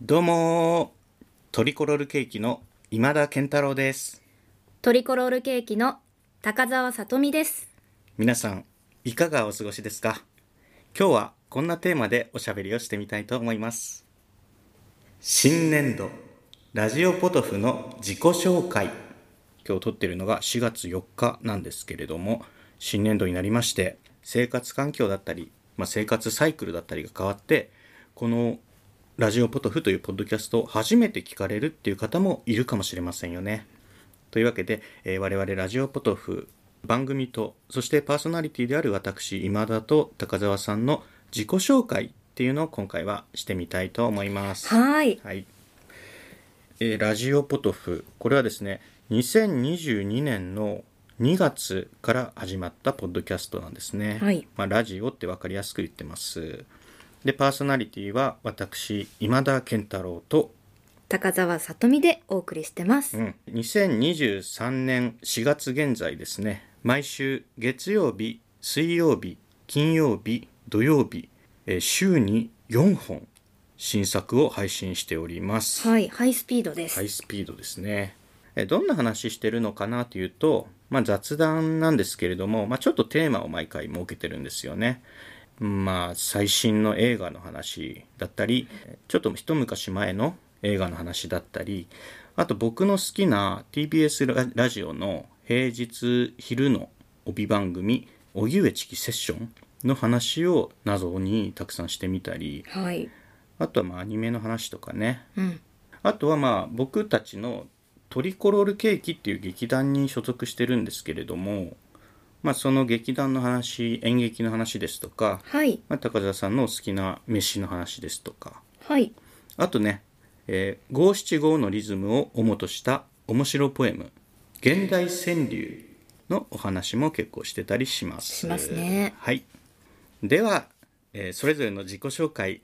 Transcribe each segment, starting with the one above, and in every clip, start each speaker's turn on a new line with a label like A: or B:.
A: どうもートリコロールケーキの今田健太郎です
B: トリコロールケーキの高澤さとみです。
A: 皆さんいかがお過ごしですか今日はこんなテーマでおしゃべりをしてみたいと思います新年度ラジオポトフの自己紹介今日撮ってるのが4月4日なんですけれども新年度になりまして生活環境だったり、まあ、生活サイクルだったりが変わってこのラジオポトフというポッドキャストを初めて聞かれるっていう方もいるかもしれませんよね。というわけで、えー我々ラジオポトフ番組とそしてパーソナリティである私今田と高澤さんの自己紹介っていうのを今回はしてみたいと思います。
B: はい。
A: はい、えーラジオポトフこれはですね2022年の2月から始まったポッドキャストなんですね、
B: はい
A: まあ、ラジオって分かりやすく言ってますでパーソナリティは私今田健太郎と、
B: 高澤さとみでお送りしてま
A: う
B: す。
A: ん、2023年4月現在ですね毎週月曜日水曜日金曜日土曜日、えー週に4本新作を配信しております
B: はい、ハイスピードです。
A: ハイスピードですね。えどんな話してるのかなというと、まあ、雑談なんですけれども、まあ、ちょっとテーマを毎回設けてるんですよね。まあ、最新の映画の話だったり、ちょっと一昔前の映画の話だったり、あと僕の好きな TBS ララジオの平日昼の帯番組、荻上チキセッションの話を謎にたくさんしてみたり、
B: はい。
A: あとはまあアニメの話とかね、
B: うん。
A: あとはまあ僕たちのトリコロールケーキっていう劇団に所属してるんですけれども、まあ、その劇団の話演劇の話ですとか、
B: はい。
A: まあ、高田さんのお好きな飯の話ですとか
B: はい。
A: あとねえー五七五のリズムを主とした面白ポエム「現代川柳」のお話も結構してたりします。
B: しますね
A: はい、では、えーそれぞれの自己紹介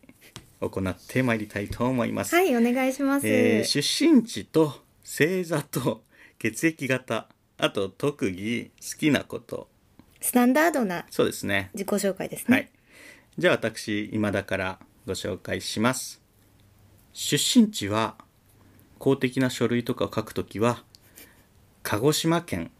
A: 行ってまいりたいと思います。
B: はい、お願いします。
A: えー出身地と星座と血液型あと特技好きなこと
B: スタンダードな
A: そうですね
B: 自己紹介です
A: はい
B: ね。
A: じゃあ私今田からご紹介します出身地は公的な書類とかを書くときは鹿児島県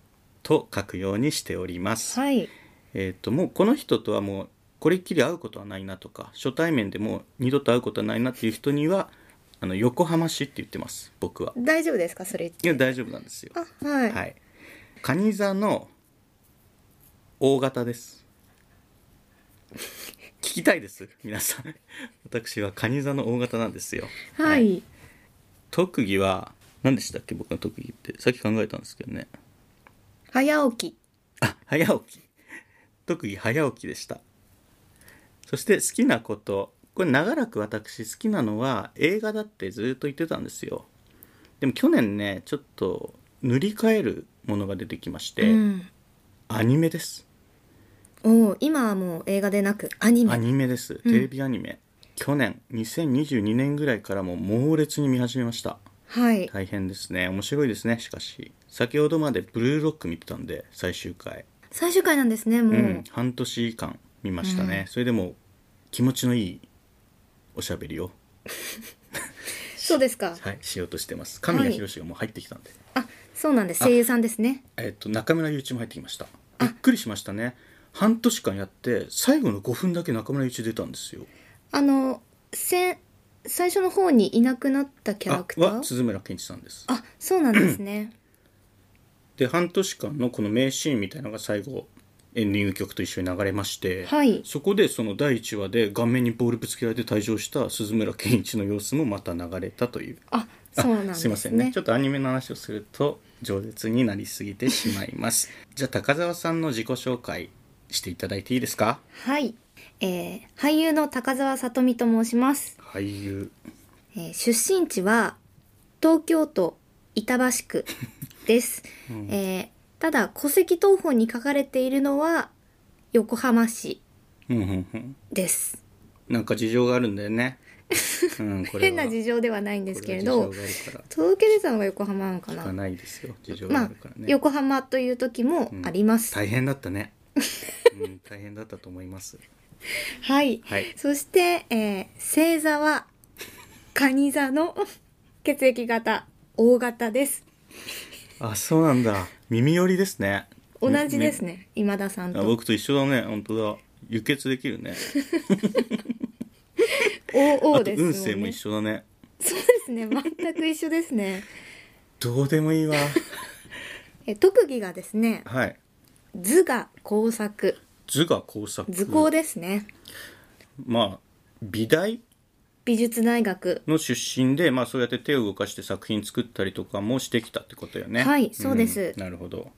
A: と書くようにしております、
B: はい。
A: えっ、ともうこの人とはもうこれっきり会うことはないなとか初対面でもう二度と会うことはないなっていう人にはあの横浜市って言ってます僕は
B: 大丈夫ですか、それ。
A: いや大丈夫なんですよ。
B: あ、はい。
A: はい。カニ座の大型です。 聞きたいです皆さん。私はカニ座の大型なんですよ。
B: はい。
A: 特技は何でしたっけ僕の特技ってさっき考えたんですけどね。
B: 早起き。
A: あ早起き。特技早起きでした。そして好きなこと。これ長らく私好きなのは映画だってずっと言ってたんですよ。でも去年ねちょっと塗り替えるものが出てきまして。
B: うん。
A: アニメです。
B: おー今はもう映画でなく、アニメ。
A: アニメです。テレビアニメ。去年、2022年ぐらいからもう猛烈に見始めました。
B: はい。
A: 大変ですね。面白いですね、しかし。先ほどまでブルーロック見てたんで、最終回。
B: 最終回なんですね、も
A: う
B: う。
A: ん、半年間見ましたね。それでも、気持ちのいいおしゃべりを、
B: そうですか。
A: はい、しようとしてます。神谷博史がもう入ってきたんで。
B: あ、そうなんです。声優さんですね。
A: えっと、中村祐一も入ってきました。びっくりしましたね。半年間やって、最後の5分だけ中村祐一出たんですよ。
B: あの、せん、最初の方にいなくなったキャラクタ
A: あは、
B: ー。
A: 鈴村健一さんです。
B: あ、そうなんで すね。
A: で半年間のこの名シーンみたいなのが最後エンディング曲と一緒に流れまして、
B: はい
A: そこでその第1話で顔面にボールぶつけられて退場した鈴村健一の様子もまた流れたという
B: あ、
A: あ
B: そうなんですね。
A: いませんねちょっとアニメの話をすると饒舌になりすぎてしまいます じゃあ高澤さんの自己紹介していただいていいですか
B: はい。えー俳優の高澤さとみと申します。
A: 俳優
B: えー出身地は東京都板橋区 です。えーただ戸籍謄本に書かれているのは横浜市
A: うんうんうん
B: です。
A: なんか事情があるんだよ ね、うん、これは
B: 変な事情ではないんですけれど
A: こ、れは事情がある
B: 届け出たのが横浜なのか
A: から
B: な。
A: 聞かないですよ事情が
B: ま
A: あ
B: あ
A: るからね、、
B: 横浜という時もあります。
A: 大変だったね、 うん、大変だったと思います
B: はい。
A: はい
B: そして、えー星座は蟹座の 血液型 O 型です
A: あそうなんだ耳寄りですね
B: 同じです
A: ね
B: ね今田さん
A: あ
B: と
A: 僕と一緒だね本当だ輸血できるねあ
B: OO
A: と
B: です
A: 運勢も
B: ね
A: 一緒だね
B: そうですね全く一緒ですね
A: どうでもいいわ
B: え特技がですね
A: はい
B: 図画工作
A: 図が工作
B: 図工ですね
A: まあ美大
B: 美術大学
A: の出身で、まあ、そうやって手を動かして作品作ったりとかもしてきたってことよね
B: はいそうです
A: んなるほど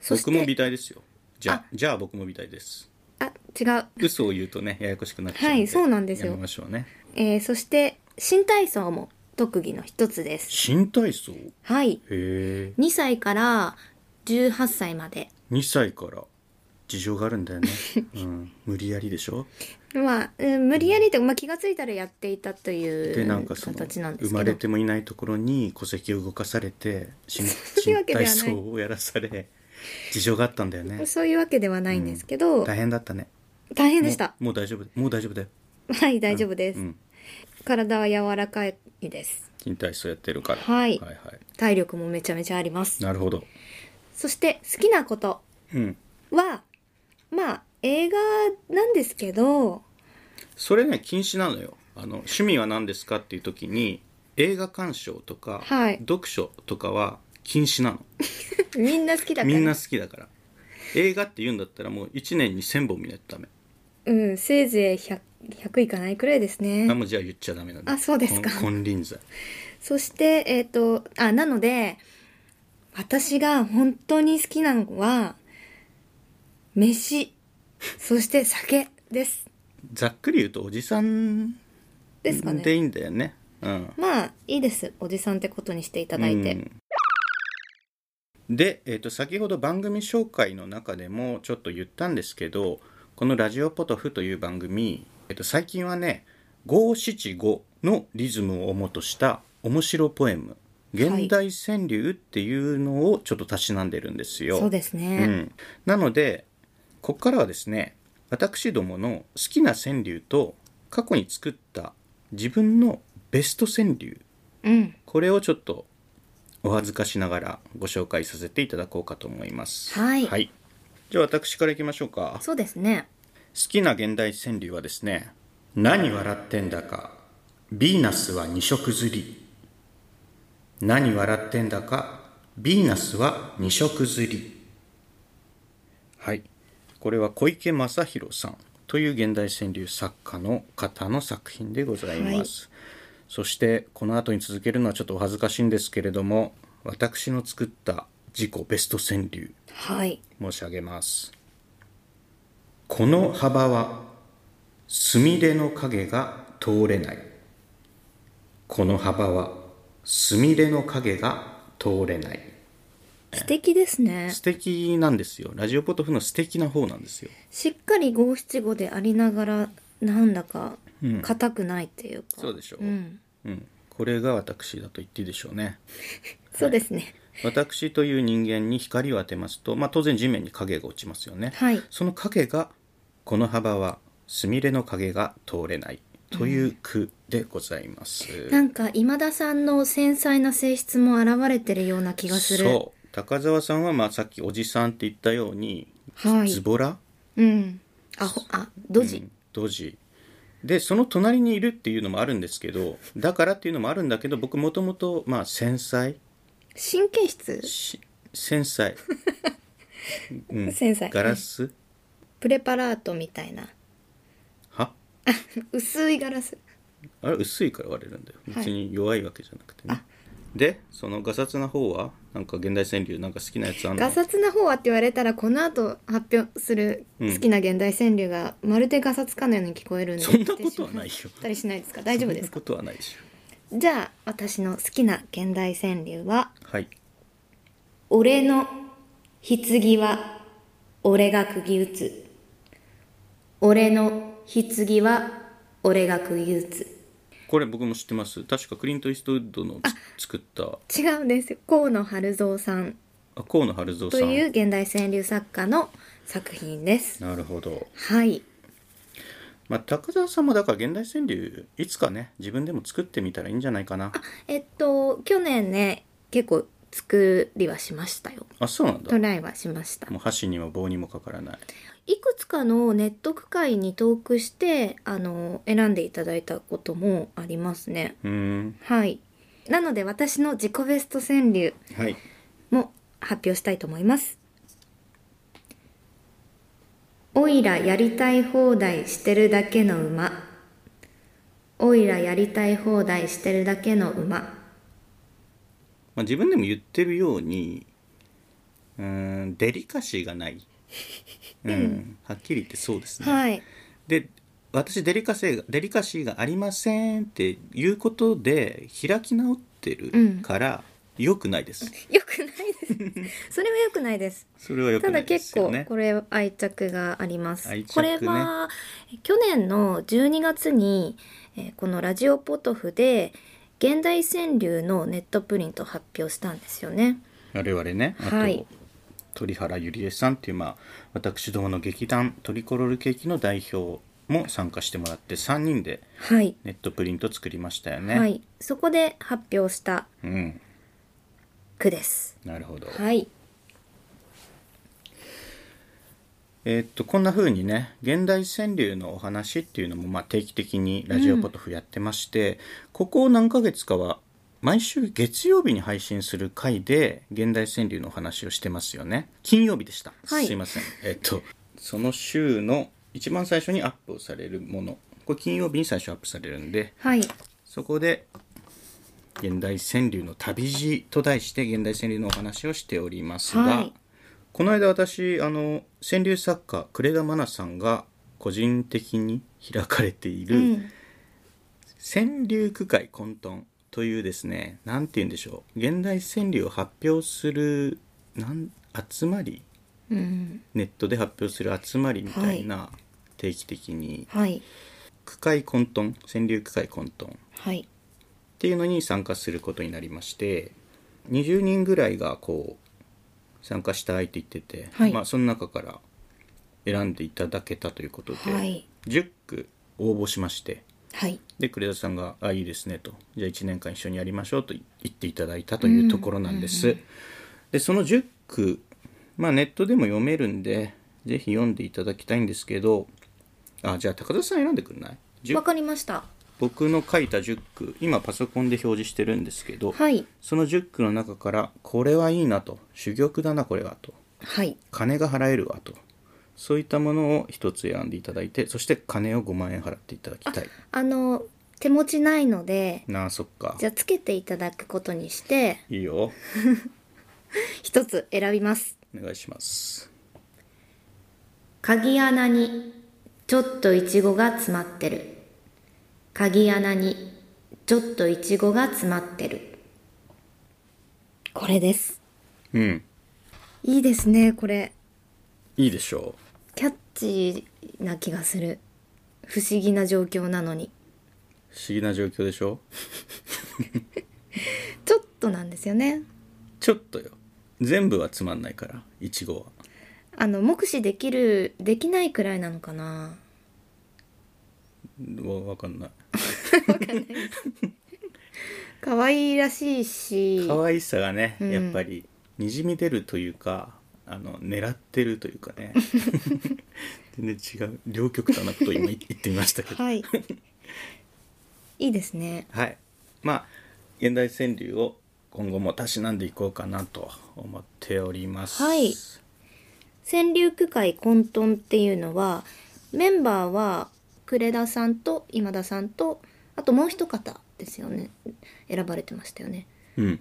B: そして
A: 僕も美大ですよじゃあ
B: あ
A: じゃあ僕も美大です
B: あ違う、
A: 嘘を言うとねややこしくなっちゃうんで、
B: はいそうなんですよ
A: やめましょうね
B: えーそして新体操も特技の一つです
A: 新体操へ
B: はい
A: え
B: 2歳から18歳まで
A: 2歳から事情があるんだよね、 うん、無理やりでしょ
B: まあ、うん無理やりというか、まあ、気がついたらやっていたという
A: でなんかその
B: 形なんで
A: 生
B: すけ
A: ま
B: ど
A: れてもいないところに戸籍を動かされて 新
B: ういうわ
A: 新
B: けでは
A: 体
B: ない
A: 操をやらされ事情があったんだよね
B: そういうわけではないんですけど、
A: 大変だったね
B: 大変でした
A: もうもう大丈夫もう大丈夫だよ
B: はい大丈夫です、
A: うん
B: 体は柔らかいです
A: 新体操やってるから、
B: はい
A: はい
B: 体力もめちゃめちゃあります
A: なるほど
B: そして好きなこと
A: うん
B: はまあ映画なんですけど
A: それね禁止なのよあの趣味は何ですかっていう時に映画鑑賞とか、
B: はい
A: 読書とかは禁止なの
B: みんな好きだから
A: みんな好きだから映画って言うんだったらもう1年に1000本見ないとダメ
B: うんせいぜい 100, 100いかないくらいです
A: あ
B: ね
A: もうじゃあ言っちゃダメなんだ
B: あそうですか
A: こん金輪際
B: そしてえっ、とあなので私が本当に好きなのは飯そして酒です
A: ざっくり言うとおじさん
B: ですかね
A: でいいんだよねうん
B: まあいいですおじさんってことにしていただいて、
A: うんで、えー、と先ほど番組紹介の中でもちょっと言ったんですけどこの「ラジオポトフ」という番組、えー、と最近はね五七五のリズムを主とした面白ポエム「現代川柳」っていうのをちょっとたしなんでるんですよ。
B: そうです
A: う
B: ね、
A: ん、なのでここからはですね私どもの好きな川柳と過去に作った自分のベスト川柳
B: うん
A: これをちょっとお恥ずかしながらご紹介させていただこうかと思います
B: はい
A: じゃあ私からいきましょうか好
B: そうですね
A: きな現代川柳はですね「何笑ってんだかヴィーナスは二色ずり」「何笑ってんだかヴィーナスは二色ずり」はいこれは小池正弘さんという現代川柳作家の方の作品でございます、そしてこの後に続けるのはちょっとお恥ずかしいんですけれども私の作った自己ベスト川柳
B: はい
A: 申し上げますこの幅はすみれの影が通れないこの幅はすみれの影が通れない
B: 素敵ですね
A: 素敵なんですよラジオポトフの素敵な方なんですよ
B: しっかり五七五でありながらなんだか
A: うん
B: 硬くないっていうか、
A: そうでしょう
B: うん、
A: うん、これが私だと言っていいでしょうね
B: そうですね
A: 私という人間に光を当てますと、まあ、当然地面に影が落ちますよね、
B: はい
A: その影がこの幅はすみれの影が通れないという句でございます、
B: なんか今田さんの繊細な性質も現れてるような気がする
A: そう高澤さんはまあさっきおじさんって言ったように、
B: はい
A: ズボラ
B: うんあほあドジ、
A: うんドジでその隣にいるっていうのもあるんですけどだからっていうのもあるんだけど僕もともとまあ繊細
B: 神経質
A: し繊 細、うん、
B: 繊細
A: ガラス
B: プレパラートみたいな
A: は
B: 薄いガラス
A: あれ薄いから割れるんだよ
B: はい
A: 別に弱いわけじゃなくてね、でそのガサツな方はなんか現代川柳なんか好きなやつあんの
B: ガサツな方はって言われたらこの後発表する
A: うん
B: 好きな現代川柳がまるでガサツかのように聞こえるんで
A: そんなことはないよ
B: 言ってしまったりしないですか大丈夫です
A: そ
B: か
A: んなことはないでし
B: じゃあ私の好きな現代川柳は
A: ょはい
B: 「俺の棺は俺が釘打つ」「俺の棺は俺が釘打つ」
A: これ僕も知ってます確かクリント・イーストウッドのつ作った
B: 違うんですよ河野春蔵さん
A: あ河野晴蔵
B: と
A: さ
B: いうん現代川柳作家の作品です
A: なるほど
B: はい
A: まあ、高澤さんもだから現代川柳いつかね自分でも作ってみたらいいんじゃないかな
B: えっと去年ね結構作りはしましたよ
A: あそうなんだ
B: トライはしました
A: もう箸にも棒にもかからない
B: いくつかのネット区会にトークしてあの選んでいただいたこともありますね
A: うーん
B: はいなので私の自己ベスト川柳
A: はい
B: も発表したいと思いますおいらやりたい放題してるだけの馬おいらやりたい放題してるだけの馬
A: まあ、自分でも言ってるようにうーんデリカシーがない、うんはっきり言ってそうですね、
B: はい
A: で私デリカシーがデリカシーがありませんっていうことで開き直ってるから、良くないです
B: 良くないですそれは良くないです
A: それは良く
B: た
A: な
B: だ
A: いで
B: 結
A: すよ
B: 構
A: ね
B: これ愛着があります、
A: 愛着ね
B: これは去年の12月に、えーこのラジオポトフで現代川柳のネットプリントを発表したんですよね
A: 我々ねあと、
B: はい
A: 鳥原ゆりえさんっていう、まあ、私どもの劇団トリコロールケーキの代表も参加してもらって3人で
B: はい、
A: ネットプリント作りましたよね、
B: はいそこで発表した
A: うん
B: 句です
A: なるほど、
B: はい
A: えーっとこんな風にね現代川柳のお話っていうのも、まあ、定期的にラジオポトフやってまして、ここ何ヶ月かは毎週月曜日に配信する回で現代川柳のお話をしてますよね金曜日でした、
B: はい
A: すいませんえーっとその週の一番最初にアップをされるものこれ金曜日に最初アップされるんで
B: はい
A: そこで現代川柳の旅路と題して現代川柳のお話をしておりますが、
B: はい
A: この間私あの川柳作家呉田真奈さんが個人的に開かれていうる
B: ん
A: 川柳区会混沌というですね何て言うんでしょう現代川柳を発表するなん集まり
B: うん
A: ネットで発表する集まりみたいな、定期的に
B: はい
A: 区会混沌川柳区会混沌
B: はい
A: っていうのに参加することになりまして20人ぐらいがこう参加したいって言ってて、
B: はい
A: まあ、その中から選んでいただけたということで、
B: はい
A: 10句応募しまして
B: はい
A: で呉田さんが「あいいですね」と「じゃあ1年間一緒にやりましょう」と言っていただいたというところなんです。でその10句、まあ、ネットでも読めるんでぜひ読んでいただきたいんですけどあじゃあ高田さん選んでくんない10
B: わかりました
A: 僕の書いた10句今パソコンで表示してるんですけど、
B: はい
A: その10句の中からこれはいいなと珠玉だなこれはと
B: はい
A: 金が払えるわとそういったものを一つ選んでいただいてそして金を5万円払っていただきたい
B: あの手持ちないので
A: なあそっか
B: じゃあつけていただくことにして
A: いいよ
B: 一つ選びます
A: お願いします
B: 鍵穴にちょっとイチゴが詰まってる鍵穴にちょっとイチゴが詰まってるこれです
A: うん
B: いいですねこれ
A: いいでしょ
B: キャッチーな気がする不思議な状況なのに
A: う不思議な状況でしょ
B: ちょっとなんですよね
A: ちょっとよ全部はつまんないからいちごは
B: あの目視できるできないくらいなのかな
A: わわかんない
B: 可愛いらしいし
A: 可愛さがね、
B: うん
A: やっぱりにじみ出るというかあの狙ってるというか ね全然違う両極端なことを今言ってみましたけど
B: はいいいですね
A: はいまあ現代川柳を今後もたしなんでいこうかなと思っております
B: はい川柳区会混沌っていうのはメンバーは呉田さんと今田さんとあともう一方ですよね選ばれてましたよね
A: うん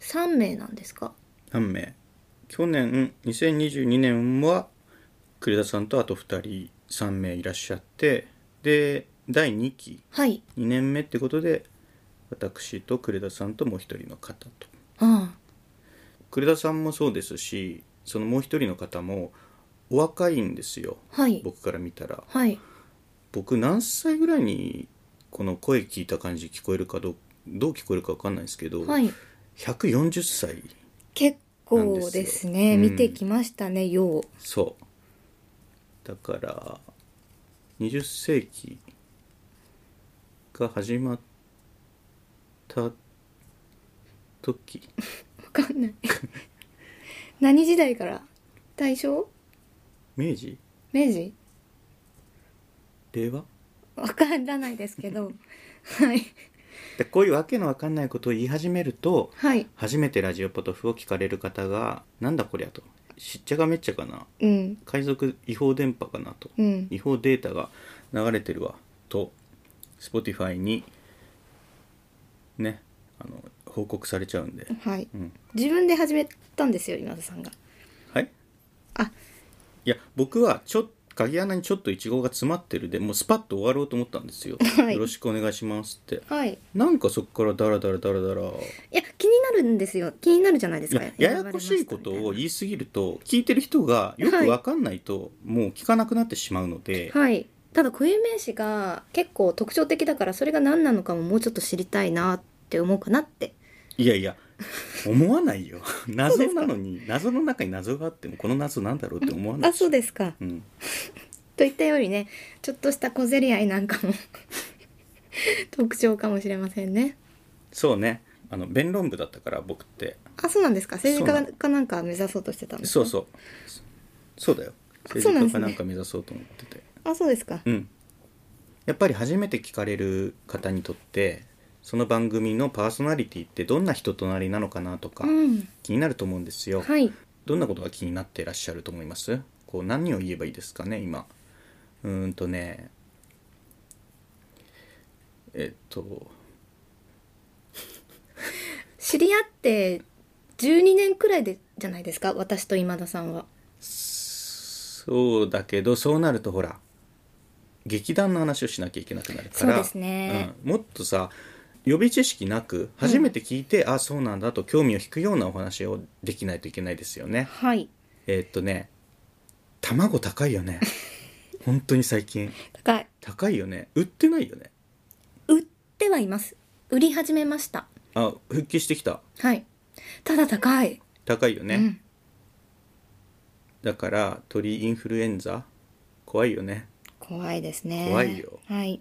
B: 3名なんですか
A: 何名去年2022年は栗田さんとあと2人3名いらっしゃってで第2期
B: はい
A: 2年目ってことで私と呉田さんともう一人の方と
B: あ
A: 呉田さんもそうですしそのもう一人の方もお若いんですよ
B: あはい
A: 僕から見たら
B: はい
A: 僕何歳ぐらいにこの声聞いた感じ聞こえるかどうどう聞こえるか分かんないですけど、
B: はい
A: 140歳
B: 結
A: なん
B: 構
A: ですよ
B: ですね
A: うん
B: 見てきましたねよう
A: そうだから20世紀が始まった時
B: わかんない 何時代から大正
A: 明治
B: 明治
A: 令和
B: わからないです けどはい
A: でこういうわけのわかんないことを言い始めると
B: はい
A: 初めてラジオポトフを聞かれる方が「なんだこりゃ」と「しっちゃかめっちゃかな
B: うん
A: 海賊違法電波かな」と
B: うん
A: 違法データが流れてるわと Spotify にねあの報告されちゃうんで、
B: はい
A: うん、
B: 自分で始めたんですよ今田さんが
A: はい
B: あ
A: いや僕はちょ鍵穴にちょっとイチゴが詰まってるでもうスパッと終わろうと思ったんですよ、
B: はい
A: よろしくお願いしますって
B: はい
A: なんかそこからダラダラダラダラ
B: いや気になるんですよ気になるじゃないです
A: い
B: か
A: やややこしいことを言いすぎると聞いてる人がよ
B: は
A: く
B: い
A: わかんないともう聞かなくなってしまうので、
B: はいただ固有名詞が結構特徴的だからそれが何なのかももうちょっと知りたいなって思うかなって
A: い、やいや思わない よ謎なのに謎の中に謎があってもこの謎なんだろうって思わない
B: あそうですか
A: うん、
B: といったよりねちょっとした小競り合いなんかも 特徴かもしれませんね
A: そうねあの弁論部だったから僕って
B: あそうなんですか政
A: そうな
B: 治
A: の
B: 家かなんか目指そうとしてたんです
A: そ
B: か
A: うそうそうだよ
B: そうなん
A: 政
B: で
A: 治家
B: す
A: か
B: ね
A: なんか目指そうと思ってて
B: あそうですか
A: うんやっぱり初めて聞かれる方にとってその番組のパーソナリティってどんな人となりなのかなとか
B: うん
A: 気になると思うんですよ、
B: はい
A: どんなことが気になっていらっしゃると思いますこう何を言えばいいですかね今うーんとねえっと
B: 知り合って12年くらいでじゃないですか私と今田さんは
A: そうだけどそうなるとほら劇団の話をしなきゃいけなくなるから
B: そうですね
A: うん、もっとさ予備知識なく初めて聞いて、あそうなんだと興味を引くようなお話をできないといけないですよね。
B: はい
A: えーっとね卵高いよ ね本当に最近
B: 高い
A: 高いよね売ってないよね
B: 売ってはいます売り始めました
A: あ復帰してきた
B: はいただ高い、
A: 高いよね、
B: うん
A: だから鳥インフルエンザ怖いよね
B: 怖いですね
A: 怖いよ
B: はい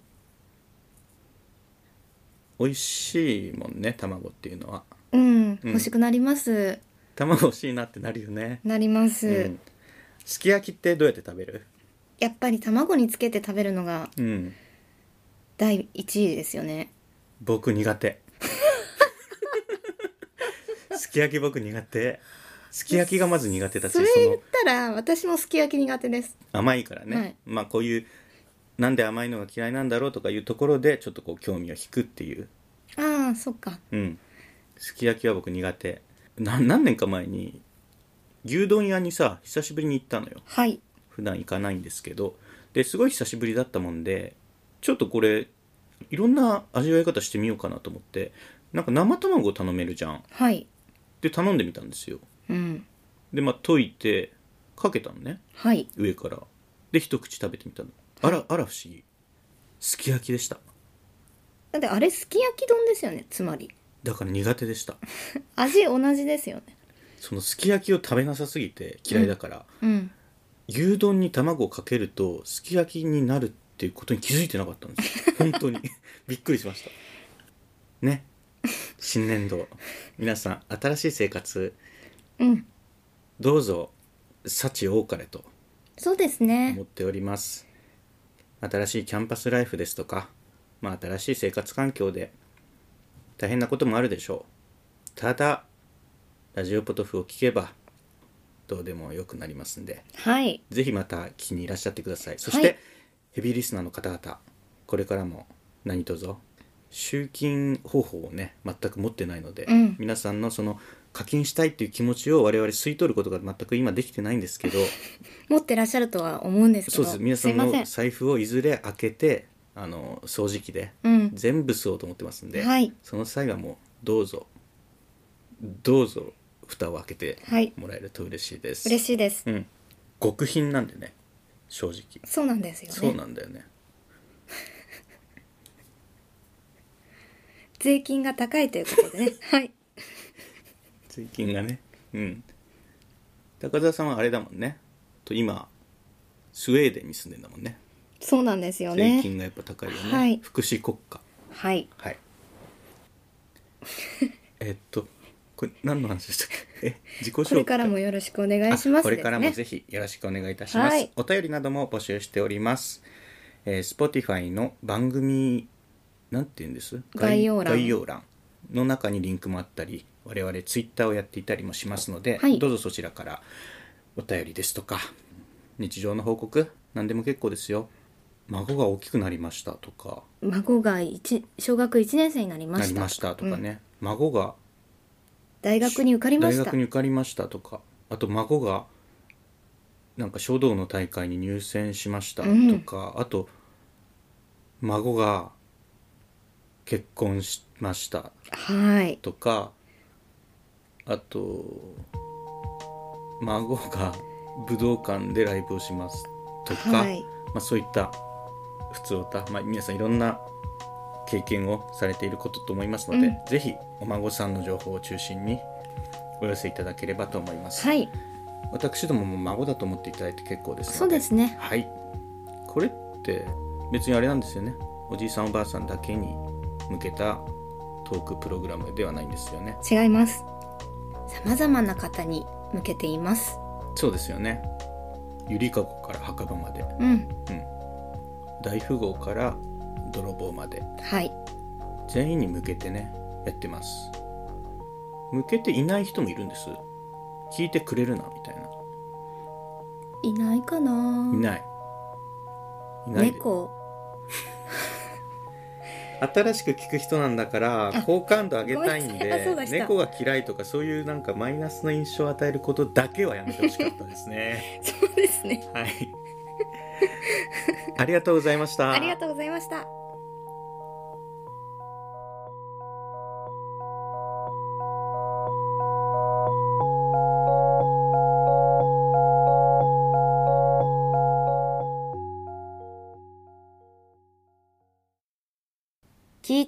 A: 美味しいもんね卵っていうのは
B: うん、欲しくなります
A: 卵欲しいなってなるよね
B: なります、
A: うんすき焼きってどうやって食べる
B: やっぱり卵につけて食べるのが
A: うん
B: 第一位ですよね
A: 僕苦手 すき焼き僕苦手すき焼きがまず苦手だし
B: そ
A: そ
B: れ言っ
A: の
B: たら私もすき焼き苦手です
A: 甘いからね、
B: はい
A: まあこういうなんで甘いのが嫌いなんだろうとかいうところでちょっとこう興味を引くっていう
B: ああそっか
A: うんすき焼きは僕苦手な何年か前に牛丼屋にさ久しぶりに行ったのよ
B: はい
A: 普段行かないんですけどですごい久しぶりだったもんでちょっとこれいろんな味わい方してみようかなと思ってなんか生卵を頼めるじゃん
B: はい
A: で頼んでみたんですよ
B: うん
A: でまあ溶いてかけたのね
B: はい
A: 上からで一口食べてみたのあらあら不思議すき焼きでした
B: だってあれすき焼き丼ですよねつまり
A: だから苦手でした
B: 味同じですよね
A: そのすき焼きを食べなさすぎて嫌いだから、
B: うん
A: 牛丼に卵をかけるとすき焼きになるっていうことに気づいてなかったんです よ本当にびっくりしましたね新年度皆さん新しい生活
B: うん
A: どうぞ幸多かれと
B: そうですね
A: 思っております新しいキャンパスライフですとか、まあ、新しい生活環境で大変なこともあるでしょうただラジオポトフを聞けばどうでもよくなりますんで
B: はい
A: ぜひまた聞きにいらっしゃってください。そして、
B: はい
A: ヘビーリスナーの方々、これからも何卒集金方法をね、全く持ってないので、
B: うん
A: 皆さんのその課金したいっていう気持ちを我々吸い取ることが全く今できてないんですけ ど、
B: 持ってらっしゃるとは思うんですけ
A: そう
B: ど
A: です。皆さん
B: いませ
A: の
B: ん
A: 財布をいずれ開けて、あの掃除機で
B: うん
A: 全部吸おうと思ってますんで、
B: はい
A: その際はもうどうぞどうぞ蓋を開けて
B: はい
A: もらえると嬉しいです。
B: 嬉しいです
A: うん、極貧なんでね、正直。
B: そうなんですよね
A: そうなんだよね
B: 税金が高いということ でねはい
A: 税金がねうん高田さんはあれだもんねと今スウェーデンに住んでんだもんね
B: そうなんですよ
A: 税
B: ね。
A: 金がやっぱ高いよね、
B: はい
A: 福祉国家
B: はい。
A: はいえっとこれ何の話でしたっけえ自己紹介
B: これからもよろしくお願いします
A: あこれから
B: で
A: も
B: す
A: ぜ
B: ね
A: ひよろしくお願いいたします、
B: はい
A: お便りなども募集しております、えー、Spotify の番組なんて言うんです
B: 概要欄
A: 概要欄の中にリンクもあったり我々 Twitter をやっていたりもしますので、
B: はい
A: どうぞそちらからお便りですとか日常の報告何でも結構ですよ孫が大きくなりましたとか
B: 孫が一小学1年生になりま
A: な
B: し
A: り
B: た
A: ましたと
B: う
A: か
B: ん
A: ね、孫が
B: 大学に受かりま
A: 大
B: した
A: 学に受かりましたとかあと孫がなんか書道の大会に入選しましたとか、あと孫が結婚しました
B: はい
A: とかあと孫が武道館でライブをしますとか、
B: はい
A: まあ、そういった普通歌、まあ、皆さんいろんな経験をされていることと思いますので、
B: うん
A: ぜひお孫さんの情報を中心にお寄せいただければと思います、
B: はい
A: 私どもも孫だと思っていただいて結構ですので
B: そうですね
A: はいこれって別にあれなんですよねおじいさんおばあさんだけに向けたトークプログラムではないんですよね
B: 違いますさまざまな方に向けています
A: そうですよねゆりかごから墓場まで
B: うん
A: 大富豪から泥棒まで
B: はい
A: 全員に向けてねやってます向けていない人もいるんです聞いてくれるなみたいない
B: ないかない
A: ないいないで
B: 猫
A: 新しく聞く人なんだから
B: あ
A: 好感度上げたいん
B: ごめんなさいあそう
A: で
B: でした
A: 猫が嫌いとかそういうなんかマイナスの印象を与えることだけはやめてほしかったです ね
B: そうですね
A: はいありがとうございました
B: ありがとうございました聞い